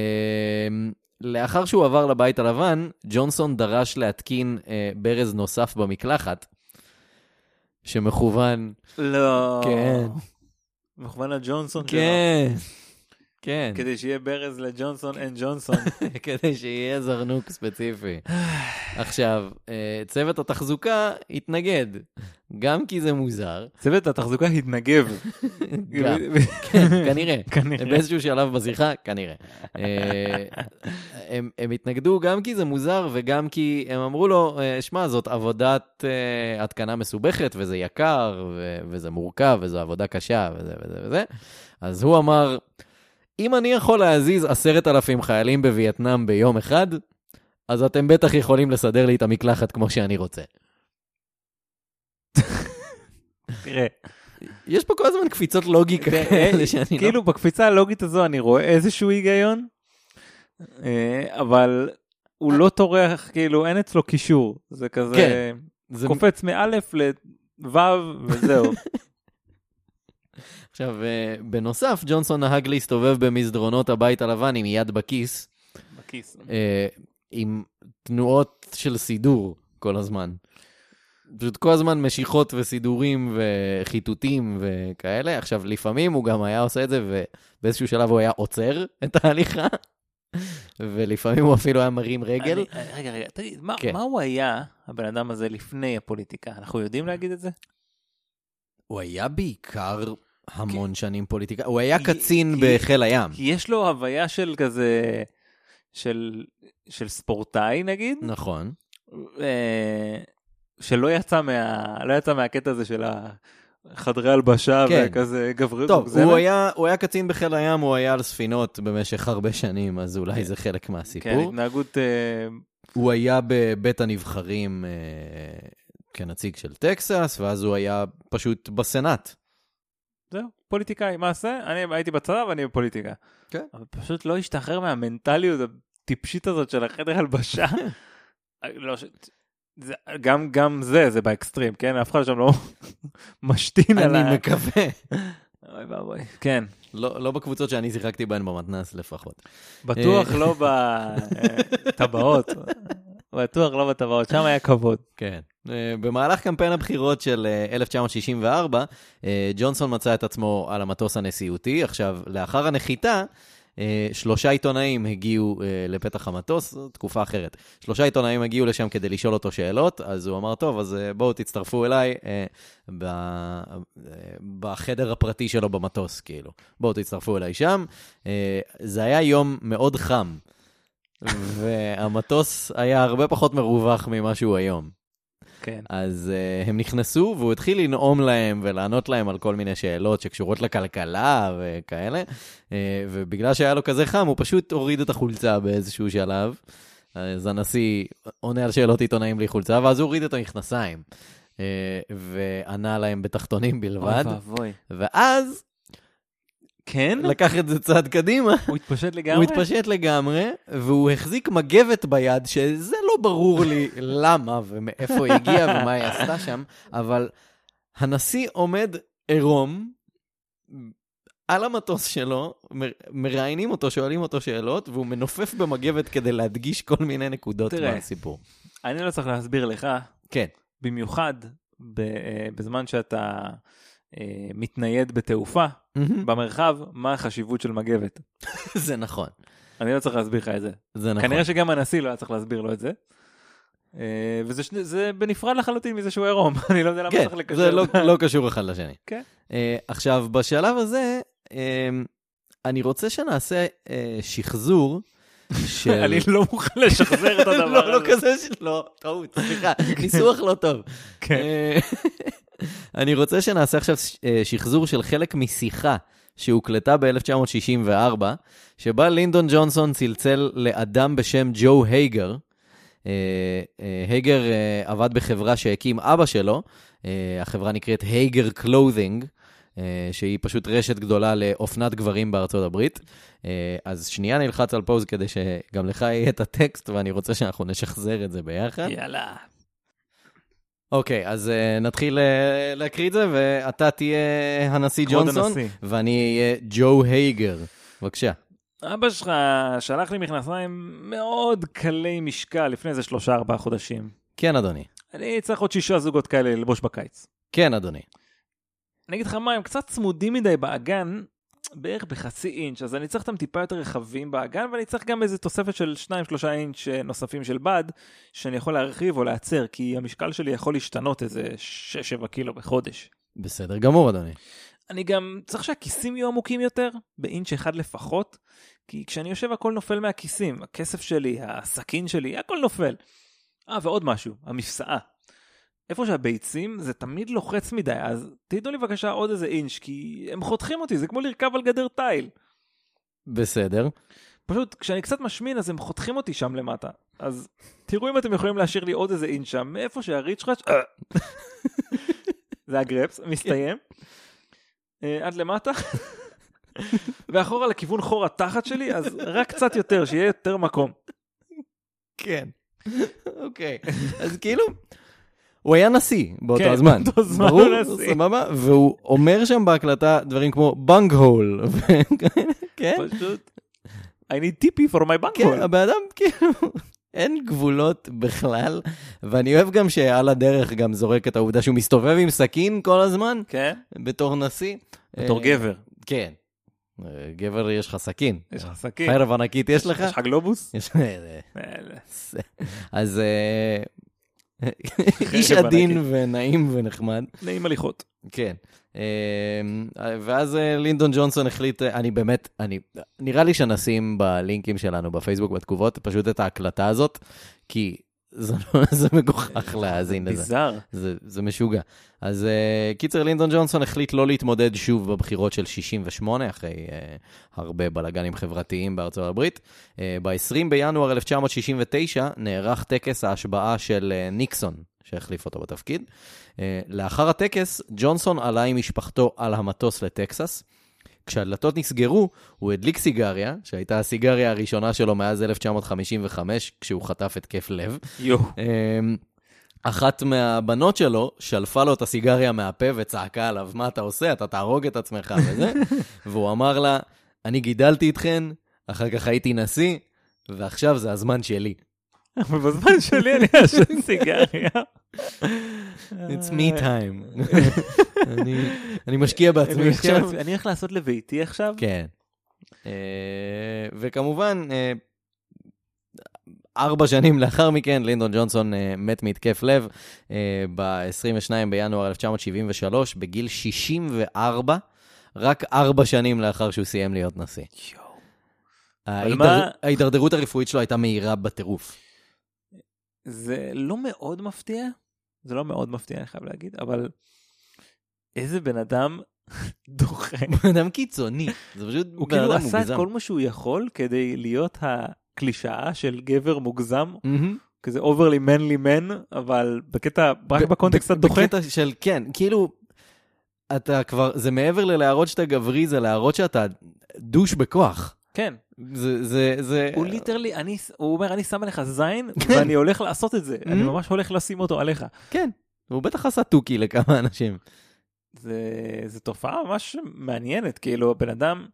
Speaker 1: לאחר שהוא עבר לבית הלבן, ג'ונסון דרש להתקין אה, ברז נוסף במקלחת, שמכוון...
Speaker 2: לא.
Speaker 1: כן.
Speaker 2: מכוון לג'ונסון שלו.
Speaker 1: כן. כן,
Speaker 2: כדי שיהיה ברז לג'ונסון אנד ג'ונסון.
Speaker 1: כדי שיהיה זרנוק ספציפי. עכשיו, אה, צוות התחזוקה התנגד, גם כי זה מוזר,
Speaker 2: צוות התחזוקה התנגב.
Speaker 1: גם, כן, כנראה.
Speaker 2: כנראה.
Speaker 1: באיזשהו שלב בשיחה, כנראה. אה, הם, הם התנגדו גם כי זה מוזר וגם כי הם אמרו לו, אה, שמע, זאת עבודת אה, התקנה מסובכת וזה יקר ו- וזה מורכב וזו עבודה קשה וזה וזה וזה. אז הוא אמר, אם אני יכול להזיז עשרת אלפים חיילים בווייטנאם ביום אחד, אז אתם בטח יכולים לסדר לי את המקלחת כמו שאני רוצה.
Speaker 2: תראה,
Speaker 1: יש פה כל הזמן קפיצות לוגיקה
Speaker 2: זה-
Speaker 1: כאלה שאני לא...
Speaker 2: כאילו בקפיצה הלוגית הזו אני רואה איזשהו היגיון, אה, אבל הוא לא טורח, כאילו אין אצלו קישור. זה כזה
Speaker 1: כן. זה
Speaker 2: קופץ מאלף לוו וזהו.
Speaker 1: עכשיו, אה, בנוסף, ג'ונסון נהג להסתובב במסדרונות הבית הלבן עם יד בכיס,
Speaker 2: בכיס.
Speaker 1: אה, עם תנועות של סידור כל הזמן. פשוט כל הזמן משיכות וסידורים וחיטוטים וכאלה. עכשיו, לפעמים הוא גם היה עושה את זה, ובאיזשהו שלב הוא היה עוצר את ההליכה, ולפעמים הוא אפילו היה מרים רגל.
Speaker 2: אני- רגע, רגע, תגיד, מה
Speaker 1: כן.
Speaker 2: מה הוא היה, הבן אדם הזה, לפני הפוליטיקה? אנחנו יודעים להגיד את זה?
Speaker 1: הוא היה בעיקר המון שנים פוליטיקאי, הוא היה קצין בחיל הים.
Speaker 2: כי יש לו הוויה של כזה, של של ספורטאי נגיד,
Speaker 1: נכון.
Speaker 2: אה, שלא יצא מה- לא יצא מהקטע הזה של החדרי הלבשה
Speaker 1: כן.
Speaker 2: וכזה גבריות
Speaker 1: טוב,
Speaker 2: מוגזמת.
Speaker 1: הוא היה, הוא היה קצין בחיל הים, הוא היה על ספינות במשך הרבה שנים, אז אולי זה חלק
Speaker 2: כן,
Speaker 1: מהסיפור.
Speaker 2: התנהגות, אה,
Speaker 1: הוא היה בבית הנבחרים אה, כנציג של טקסס, ואז הוא היה פשוט בסנאט.
Speaker 2: זהו, פוליטיקאי, מה זה? אני הייתי בצבא ואני בפוליטיקה.
Speaker 1: כן.
Speaker 2: אבל פשוט לא השתחרר מהמנטליות הטיפשית הזאת של החדר הלבשה. לא, ש... זה, גם, גם זה, זה באקסטרים, כן? אף אחד שם לא משתין על
Speaker 1: אני
Speaker 2: ה...
Speaker 1: מקווה.
Speaker 2: אוי ואבוי. כן,
Speaker 1: לא, לא בקבוצות שאני שיחקתי בהן במתנ"ס לפחות.
Speaker 2: בטוח
Speaker 1: אה,
Speaker 2: לא בטבעות. בטוח לא בטבעות, שם היה כבוד.
Speaker 1: כן. אה, במהלך קמפיין הבחירות של אה, 1964, אה, ג'ונסון מצא את עצמו על המטוס הנשיאותי. עכשיו, לאחר הנחיתה, אה, שלושה עיתונאים הגיעו אה, לפתח המטוס, זו תקופה אחרת. שלושה עיתונאים הגיעו לשם כדי לשאול אותו שאלות, אז הוא אמר, טוב, אז אה, בואו תצטרפו אליי אה, ב... אה, בחדר הפרטי שלו במטוס, כאילו. בואו תצטרפו אליי שם. אה, זה היה יום מאוד חם. והמטוס היה הרבה פחות מרווח ממה שהוא היום.
Speaker 2: כן.
Speaker 1: אז uh, הם נכנסו, והוא התחיל לנאום להם ולענות להם על כל מיני שאלות שקשורות לכלכלה וכאלה, uh, ובגלל שהיה לו כזה חם, הוא פשוט הוריד את החולצה באיזשהו שלב. אז הנשיא עונה על שאלות עיתונאים בלי חולצה, ואז הוא הוריד את המכנסיים, uh, וענה להם בתחתונים בלבד,
Speaker 2: אוי ואבוי.
Speaker 1: ואז
Speaker 2: כן?
Speaker 1: לקח את זה צעד קדימה,
Speaker 2: הוא התפשט לגמרי?
Speaker 1: הוא התפשט לגמרי, והוא החזיק מגבת ביד, שזה לא ברור לי למה ומאיפה היא הגיעה ומה היא עשתה שם, אבל הנשיא עומד עירום על המטוס שלו, מר- מראיינים אותו, שואלים אותו שאלות, והוא מנופף במגבת כדי להדגיש כל מיני נקודות
Speaker 2: תראה.
Speaker 1: מהסיפור.
Speaker 2: אני לא צריך להסביר לך
Speaker 1: כן,
Speaker 2: במיוחד ב, אה, בזמן שאתה אה, מתנייד בתעופה במרחב, מה החשיבות של מגבת.
Speaker 1: זה נכון,
Speaker 2: אני לא צריך להסביר לך את זה.
Speaker 1: זה נכון.
Speaker 2: כנראה שגם הנשיא לא היה צריך להסביר לו את זה. אה, וזה שני- זה בנפרד לחלוטין מזה שהוא עירום, אני לא יודע למה
Speaker 1: כן,
Speaker 2: צריך לקשר.
Speaker 1: זה לא,
Speaker 2: את
Speaker 1: לא קשור אחד לשני.
Speaker 2: כן.
Speaker 1: Uh, עכשיו, בשלב הזה, uh, אני רוצה שנעשה uh, שחזור של...
Speaker 2: אני לא מוכן לשחזר את הדבר הזה.
Speaker 1: לא, לא כזה, ש- לא, טעות, סליחה, ניסוח לא טוב.
Speaker 2: כן.
Speaker 1: אה, אני רוצה שנעשה עכשיו ש- אה, שחזור של חלק משיחה שהוקלטה ב-1964, שבה לינדון ג'ונסון צלצל לאדם בשם ג'ו הייגר. אה, אה, הייגר אה, עבד בחברה שהקים אבא שלו, אה, החברה נקראת הייגר קלוthing. שהיא פשוט רשת גדולה לאופנת גברים בארצות הברית. אה, אז שנייה נלחץ על פוז כדי שגם לך יהיה את הטקסט, ואני רוצה שאנחנו נשחזר את זה ביחד.
Speaker 2: יאללה.
Speaker 1: אוקיי, אז uh, נתחיל uh, להקריא את זה, ואתה תהיה הנשיא
Speaker 2: כבוד
Speaker 1: ג'ונסון,
Speaker 2: הנשיא.
Speaker 1: ואני אהיה ג'ו הייגר. בבקשה.
Speaker 2: אבא שלך שלח לי מכנסיים מאוד קלי משקל לפני איזה שלושה ארבעה חודשים.
Speaker 1: כן, אדוני.
Speaker 2: אני צריך עוד שישה זוגות כאלה ללבוש בקיץ.
Speaker 1: כן, אדוני.
Speaker 2: אני אגיד לך מה, הם קצת צמודים מדי באגן, בערך בחצי אינץ', אז אני צריך אותם טיפה יותר רחבים באגן, ואני צריך גם איזה תוספת של 2-3 אינץ' נוספים של בד, שאני יכול להרחיב או להצר, כי המשקל שלי יכול להשתנות איזה 6-7 קילו בחודש.
Speaker 1: בסדר גמור, אדוני.
Speaker 2: אני גם צריך שהכיסים יהיו עמוקים יותר, באינץ' אחד לפחות, כי כשאני יושב הכל נופל מהכיסים, הכסף שלי, הסכין שלי, הכל נופל. אה, ועוד משהו, המפסעה. איפה שהביצים זה תמיד לוחץ מדי, אז תיתנו לי בבקשה עוד איזה אינץ', כי הם חותכים אותי, זה כמו לרכב על גדר תיל.
Speaker 1: בסדר.
Speaker 2: פשוט כשאני קצת משמין אז הם חותכים אותי שם למטה. אז תראו אם אתם יכולים להשאיר לי עוד איזה אינץ' שם, מאיפה שהריץ' חש... אה. זה הגרפס, מסתיים. אה, עד למטה. ואחורה לכיוון חור התחת שלי, אז רק קצת יותר, שיהיה יותר מקום.
Speaker 1: כן. אוקיי. אז כאילו, הוא היה נשיא באותו
Speaker 2: כן,
Speaker 1: הזמן.
Speaker 2: באותו זמן
Speaker 1: ברור,
Speaker 2: הוא נשיא.
Speaker 1: סבבה? והוא אומר שם בהקלטה דברים כמו בנג הול. וכאלה, כן,
Speaker 2: פשוט... I need TP for my bank
Speaker 1: כן,
Speaker 2: hole.
Speaker 1: הבן אדם כאילו... אין גבולות בכלל, ואני אוהב גם שעל הדרך גם זורק את העובדה שהוא מסתובב עם סכין כל הזמן,
Speaker 2: כן,
Speaker 1: בתור נשיא.
Speaker 2: בתור
Speaker 1: אה,
Speaker 2: גבר.
Speaker 1: כן. אה, גבר יש לך סכין.
Speaker 2: יש לך סכין.
Speaker 1: חרב ענקית יש לך?
Speaker 2: יש לך גלובוס?
Speaker 1: יש לך...
Speaker 2: אה,
Speaker 1: אז אה, איש
Speaker 2: חרב
Speaker 1: עדין
Speaker 2: ענקית.
Speaker 1: ונעים ונחמד,
Speaker 2: נעים הליכות.
Speaker 1: כן. אה, ואז אה, לינדון ג'ונסון החליט, אה, אני באמת, אני, נראה לי שנשים בלינקים שלנו בפייסבוק, בתגובות, פשוט את ההקלטה הזאת, כי זה, לא- זה מגוחך להאזין לזה.
Speaker 2: ביזאר.
Speaker 1: זה, זה משוגע. אז uh, קיצר, לינדון ג'ונסון החליט לא להתמודד שוב בבחירות של 68, אחרי uh, הרבה בלאגנים חברתיים בארצות הברית. Uh, ב-20 בינואר 1969 נערך טקס ההשבעה של uh, ניקסון, שהחליף אותו בתפקיד. Uh, לאחר הטקס, ג'ונסון עלה עם משפחתו על המטוס לטקסס. כשהדלתות נסגרו, הוא הדליק סיגריה, שהייתה הסיגריה הראשונה שלו מאז 1955, כשהוא חטף התקף לב.
Speaker 2: יואו.
Speaker 1: אמ, אחת מהבנות שלו שלפה לו את הסיגריה מהפה וצעקה עליו, מה אתה עושה? אתה תהרוג את עצמך וזה. והוא אמר לה, אני גידלתי אתכן, אחר כך הייתי נשיא, ועכשיו זה הזמן שלי.
Speaker 2: אבל בזמן שלי אני אעשן סיגריה.
Speaker 1: It's me time. אני, אני משקיע בעצמי
Speaker 2: אה, אני
Speaker 1: עכשיו.
Speaker 2: עכשיו- אני הולך לעשות לביתי עכשיו?
Speaker 1: כן. אה, וכמובן, אה, ארבע שנים לאחר מכן, לינדון ג'ונסון אה, מת מהתקף לב ב-22 בינואר 1973, בגיל 64, רק ארבע שנים לאחר שהוא סיים להיות נשיא.
Speaker 2: יואו.
Speaker 1: ההידר-
Speaker 2: מה-
Speaker 1: ההידרדרות הרפואית שלו הייתה מהירה בטירוף.
Speaker 2: זה לא מאוד מפתיע, זה לא מאוד מפתיע, אני חייב להגיד, אבל איזה בן אדם דוחה.
Speaker 1: בן אדם קיצוני, זה פשוט
Speaker 2: הוא
Speaker 1: בן
Speaker 2: כאילו
Speaker 1: אדם
Speaker 2: עשה את
Speaker 1: מוגזם.
Speaker 2: כל מה שהוא יכול כדי להיות הקלישאה של גבר מוגזם,
Speaker 1: מהמם.
Speaker 2: כזה overly manly man, אבל בקטע, רק
Speaker 1: ב-
Speaker 2: בקונטקסט
Speaker 1: ב-
Speaker 2: הדוחה.
Speaker 1: בקטע של, כן, כאילו, אתה כבר, זה מעבר ללהראות שאתה גברי, זה להראות שאתה דוש בכוח.
Speaker 2: כן,
Speaker 1: זה, זה, זה...
Speaker 2: הוא ליטרלי, אני- הוא אומר, אני שם עליך זין, ואני הולך לעשות את זה, אני
Speaker 1: Mhm.
Speaker 2: ממש הולך לשים אותו עליך.
Speaker 1: כן, הוא בטח עשה תוכי לכמה אנשים.
Speaker 2: זה, זה תופעה ממש מעניינת, כאילו הבן אדם,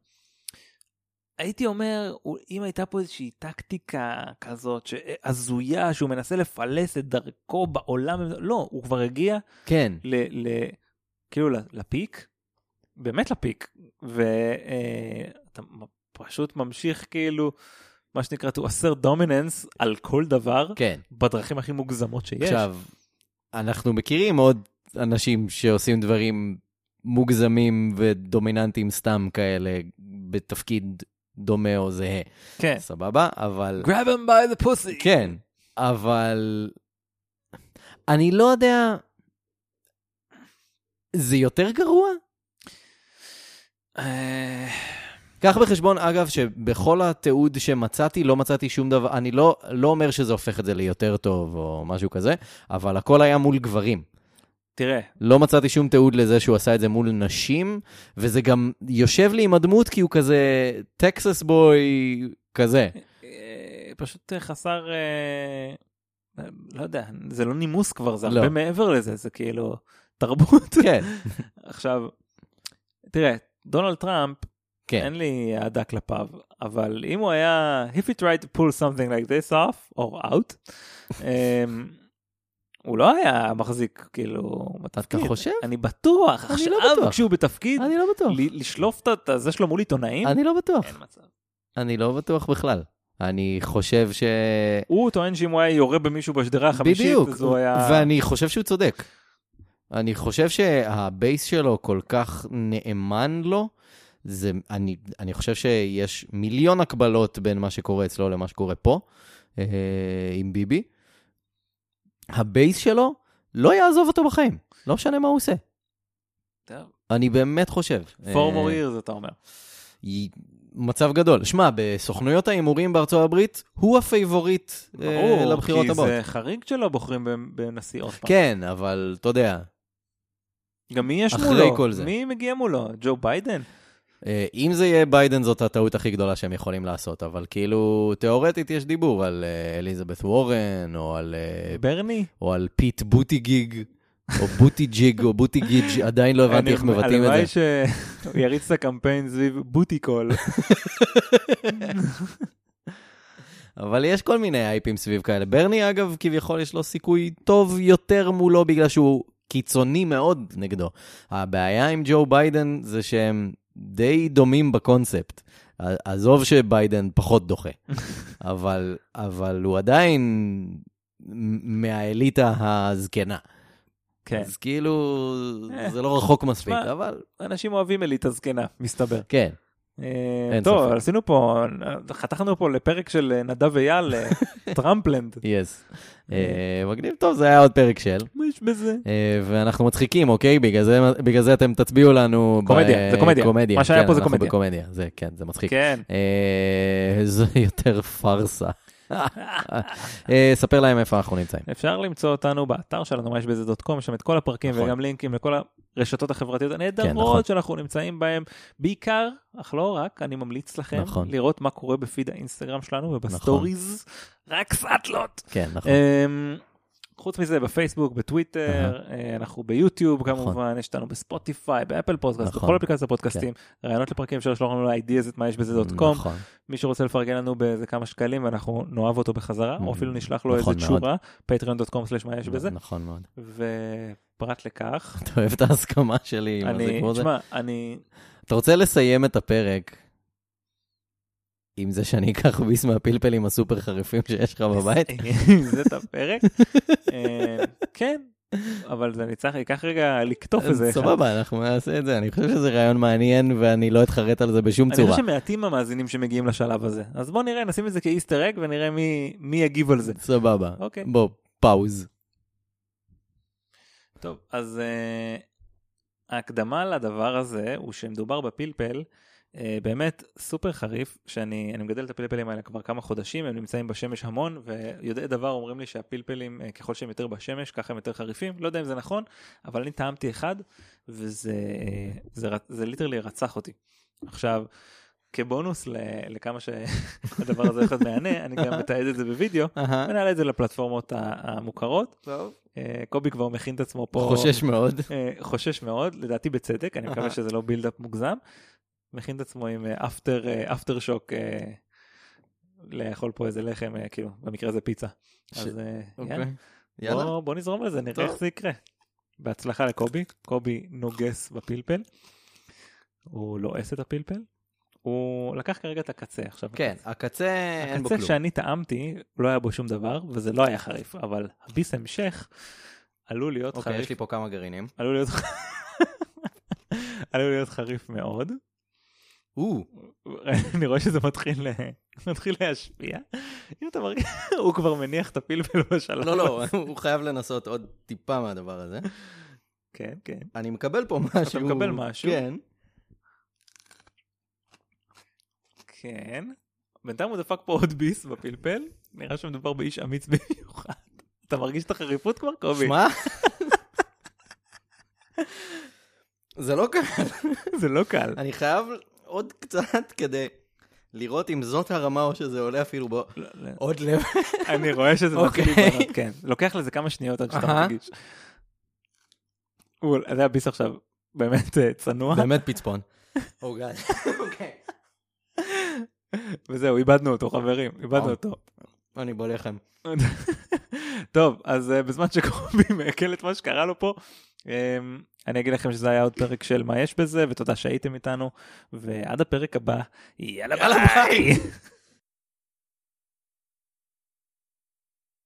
Speaker 2: הייתי אומר, הוא- אם הייתה פה איזושהי טקטיקה כזאת ש- הזויה, שהוא מנסה לפלס את דרכו בעולם, לא, הוא כבר הגיע
Speaker 1: כן,
Speaker 2: ל, ל, כאילו ל- לפיק, באמת לפיק, ואתה פשוט ממשיך כאילו, מה שנקרא to assert dominance על כל דבר,
Speaker 1: כן.
Speaker 2: בדרכים הכי מוגזמות שיש.
Speaker 1: עכשיו, אנחנו מכירים עוד אנשים שעושים דברים מוגזמים ודומיננטיים סתם כאלה, בתפקיד דומה או זהה.
Speaker 2: כן.
Speaker 1: סבבה? אבל...
Speaker 2: grab him by the pussy.
Speaker 1: כן, אבל אני לא יודע, זה יותר גרוע?
Speaker 2: אה,
Speaker 1: קח בחשבון, אגב, שבכל התיעוד שמצאתי, לא מצאתי שום דבר, אני לא, לא אומר שזה הופך את זה ליותר טוב או משהו כזה, אבל הכל היה מול גברים.
Speaker 2: תראה,
Speaker 1: לא מצאתי שום תיעוד לזה שהוא עשה את זה מול נשים, וזה גם יושב לי עם הדמות כי הוא כזה טקסס בוי כזה.
Speaker 2: אה, פשוט אה, חסר, אה, אה, לא יודע, זה לא נימוס כבר, זה
Speaker 1: לא.
Speaker 2: הרבה מעבר לזה, זה כאילו תרבות.
Speaker 1: כן,
Speaker 2: עכשיו, תראה, דונלד טראמפ,
Speaker 1: כן,
Speaker 2: אין לי אהדה כלפיו, אבל אם הוא היה, if he tried to pull something like this off, or out, אמ, הוא לא היה מחזיק, כאילו,
Speaker 1: אתה
Speaker 2: בתפקיד.
Speaker 1: חושב?
Speaker 2: אני בטוח,
Speaker 1: אני
Speaker 2: עכשיו
Speaker 1: לא בטוח.
Speaker 2: כשהוא בתפקיד,
Speaker 1: אני לא בטוח.
Speaker 2: ל- לשלוף את ה- זה שלו מול עיתונאים?
Speaker 1: אני לא בטוח.
Speaker 2: אין מצב.
Speaker 1: אני לא בטוח בכלל. אני חושב ש...
Speaker 2: הוא טוען שאם הוא היה יורה במישהו בשדרה החמישית,
Speaker 1: בדיוק,
Speaker 2: אז הוא היה...
Speaker 1: ואני חושב שהוא צודק. אני חושב שהבייס שלו כל כך נאמן לו, זה, אני, אני חושב שיש מיליון הקבלות בין מה שקורה אצלו למה שקורה פה, אה, עם ביבי. הבייס שלו לא יעזוב אותו בחיים, לא משנה מה הוא עושה.
Speaker 2: טוב,
Speaker 1: אני באמת חושב.
Speaker 2: for
Speaker 1: אה,
Speaker 2: more years, אתה אומר.
Speaker 1: היא- מצב גדול. שמע, בסוכנויות ההימורים בארצות הברית, הוא הפייבוריט אה, לבחירות הבאות.
Speaker 2: כי זה חריג שלא בוחרים ב- בנשיא עוד פעם.
Speaker 1: כן, אבל אתה יודע,
Speaker 2: גם מי יש
Speaker 1: כן. אחרי
Speaker 2: מולו?
Speaker 1: כל זה.
Speaker 2: מי מגיע מולו? ג'ו ביידן?
Speaker 1: אה, אם זה יהיה ביידן, זאת הטעות הכי גדולה שהם יכולים לעשות, אבל כאילו, תיאורטית יש דיבור על אה, אליזבת וורן, או על, אה,
Speaker 2: ברני?
Speaker 1: או על פיט בוטיגיג, או בוטיג'יג, או בוטיגיג', עדיין לא הבנתי
Speaker 2: אני-
Speaker 1: איך מבטאים את
Speaker 2: הלוואי
Speaker 1: זה.
Speaker 2: שהוא יריץ את הקמפיין סביב בוטיקול.
Speaker 1: אבל יש כל מיני אייפים סביב כאלה. ברני, אגב, כביכול יש לו סיכוי טוב יותר מולו, בגלל שהוא קיצוני מאוד נגדו. הבעיה עם ג'ו ביידן זה שהם די דומים בקונספט. ע- עזוב שביידן פחות דוחה, אבל, אבל הוא עדיין מ- מהאליטה הזקנה.
Speaker 2: כן.
Speaker 1: אז כאילו,
Speaker 2: אה.
Speaker 1: זה לא רחוק מספיק,
Speaker 2: שמע.
Speaker 1: אבל
Speaker 2: אנשים אוהבים אליטה זקנה, מסתבר.
Speaker 1: כן.
Speaker 2: אה,
Speaker 1: אין
Speaker 2: טוב,
Speaker 1: ספק.
Speaker 2: עשינו פה, חתכנו פה לפרק של אה, נדב אייל, אה, טראמפלנד.
Speaker 1: יס. אה, מגניב טוב, זה היה עוד פרק של.
Speaker 2: מה יש בזה?
Speaker 1: אה, ואנחנו מצחיקים, אוקיי? בגלל זה, בגלל זה אתם תצביעו לנו...
Speaker 2: קומדיה,
Speaker 1: ב-
Speaker 2: זה קומדיה.
Speaker 1: קומדיה.
Speaker 2: מה שהיה
Speaker 1: כן,
Speaker 2: פה זה
Speaker 1: אנחנו
Speaker 2: קומדיה.
Speaker 1: בקומדיה. זה, כן, זה מצחיק.
Speaker 2: כן.
Speaker 1: אה, זה יותר פארסה. אה, ספר להם איפה אנחנו נמצאים.
Speaker 2: אפשר למצוא אותנו באתר שלנו, מה יש בזה דוט קום, יש שם את כל הפרקים
Speaker 1: נכון.
Speaker 2: וגם לינקים לכל הרשתות החברתיות
Speaker 1: כן, נכון.
Speaker 2: הנהדרות שאנחנו נמצאים בהם. בעיקר, אך לא רק, אני ממליץ לכם
Speaker 1: נכון.
Speaker 2: לראות מה קורה בפיד האינסטגרם שלנו ובסטוריז, רק סאטלות.
Speaker 1: כן, נכון.
Speaker 2: אמ, חוץ מזה, בפייסבוק, בטוויטר, אה, אנחנו ביוטיוב כמובן, יש אותנו בספוטיפיי, באפל פודקאסט,
Speaker 1: נכון. כן.
Speaker 2: בכל אפליקציות הפודקאסטים, רעיונות לפרקים אפשר לשלוח לנו ל-ideas את מה יש בזה דוט קום,
Speaker 1: נכון.
Speaker 2: מי שרוצה לפרגן לנו באיזה כמה שקלים ואנחנו נאהב אותו בחזרה, או
Speaker 1: Mm,
Speaker 2: אפילו נשלח לו איזה
Speaker 1: נכון מאוד.
Speaker 2: תשורה, patreon.com/מה יש בזה,
Speaker 1: נכון מאוד.
Speaker 2: ופרט לכך,
Speaker 1: אתה אוהב את ההסכמה שלי עם זה
Speaker 2: אני,
Speaker 1: כמו זה?
Speaker 2: תשמע, אני,
Speaker 1: אתה רוצה לסיים את הפרק עם זה שאני אקח ביס מהפלפלים הסופר חריפים שיש לך בבית?
Speaker 2: זה את הפרק, אה, כן, אבל זה אני צריך, ייקח רגע לקטוף
Speaker 1: אז
Speaker 2: איזה אחד.
Speaker 1: סבבה, אנחנו נעשה את זה. אני חושב שזה רעיון מעניין ואני לא אתחרט על זה בשום
Speaker 2: אני
Speaker 1: צורה.
Speaker 2: חושב שמעטים המאזינים שמגיעים לשלב הזה, אז בוא נראה, נשים את זה כאיסטר אג ונראה מי- מי יגיב על זה.
Speaker 1: סבבה.
Speaker 2: אוקיי.
Speaker 1: בוא, פאוז.
Speaker 2: טוב, אז uh, ההקדמה לדבר הזה הוא שמדובר בפלפל uh, באמת סופר חריף, שאני אני מגדל את הפלפלים האלה כבר כמה חודשים, הם נמצאים בשמש המון, ויודעי דבר אומרים לי שהפלפלים, uh, ככל שהם יותר בשמש, ככה הם יותר חריפים, לא יודע אם זה נכון, אבל אני טעמתי אחד, וזה אה, זה, ר- זה ליטרלי רצח אותי. עכשיו, כבונוס ל, לכמה שהדבר הזה יכול להיות מהנה, אני גם מתעד את זה בווידאו, ונעלה את זה לפלטפורמות ה- המוכרות. אה, קובי כבר מכין את עצמו פה.
Speaker 1: חושש מאוד.
Speaker 2: אה, חושש מאוד, לדעתי בצדק, אני מקווה
Speaker 1: אהה.
Speaker 2: שזה לא בילדאפ מוגזם. מכין את עצמו עם אה, אפטר, אפטר שוק, אה, לאכול פה איזה לחם, אה, כאילו, במקרה הזה פיצה.
Speaker 1: ש-
Speaker 2: אז אה, יאללה,
Speaker 1: יאללה. אוקיי. יאללה.
Speaker 2: בוא- בוא נזרום לזה, נראה איך
Speaker 1: טוב.
Speaker 2: זה יקרה. בהצלחה לקובי, קובי נוגס בפלפל. הוא לועס את הפלפל. הוא לקח כרגע את הקצה עכשיו.
Speaker 1: כן, הקצה אין בו
Speaker 2: הקצה
Speaker 1: כלום.
Speaker 2: שאני טעמתי, לא היה בו שום דבר, וזה לא היה חריף, אבל הביס המשך עלול להיות
Speaker 1: אוקיי,
Speaker 2: חריף
Speaker 1: יש לי פה כמה גרעינים.
Speaker 2: עלול להיות עלול להיות חריף מאוד.
Speaker 1: או,
Speaker 2: אני רואה שזה מתחיל ל- מתחיל להשפיע. אם אתה מרגיש, הוא כבר מניח את הפלפל בשלב.
Speaker 1: לא, לא,
Speaker 2: הזה.
Speaker 1: הוא חייב לנסות עוד טיפה מהדבר הזה.
Speaker 2: כן, כן.
Speaker 1: אני מקבל פה משהו.
Speaker 2: מקבל משהו?
Speaker 1: כן.
Speaker 2: כן. בינתיים הוא דפק פה עוד ביס בפלפל. נראה שמדובר באיש אמיץ במיוחד. אתה מרגיש את החריפות כבר, קובי?
Speaker 1: שמע? זה לא קל.
Speaker 2: זה לא קל.
Speaker 1: אני חייב עוד קצת כדי לראות אם זאת הרמה או שזה עולה אפילו בו.
Speaker 2: לא, לא.
Speaker 1: עוד לב.
Speaker 2: אני רואה שזה מתחיל
Speaker 1: אוקיי.
Speaker 2: להיבנות, כן. לוקח לזה כמה שניות עד שאתה
Speaker 1: אהה.
Speaker 2: מרגיש. הוא- זה הביס עכשיו באמת אה, צנוע.
Speaker 1: באמת פצפון. אוקיי.
Speaker 2: וזהו, איבדנו אותו, חברים, איבדנו
Speaker 1: וואו.
Speaker 2: אותו.
Speaker 3: אני בא לחם.
Speaker 2: טוב, אז אה, בזמן שקובי מעכל את מה שקרה לו פה, אה, אני אגיד לכם שזה היה עוד פרק של מה יש בזה, ותודה שהייתם איתנו, ועד הפרק הבא, יאללה ביי!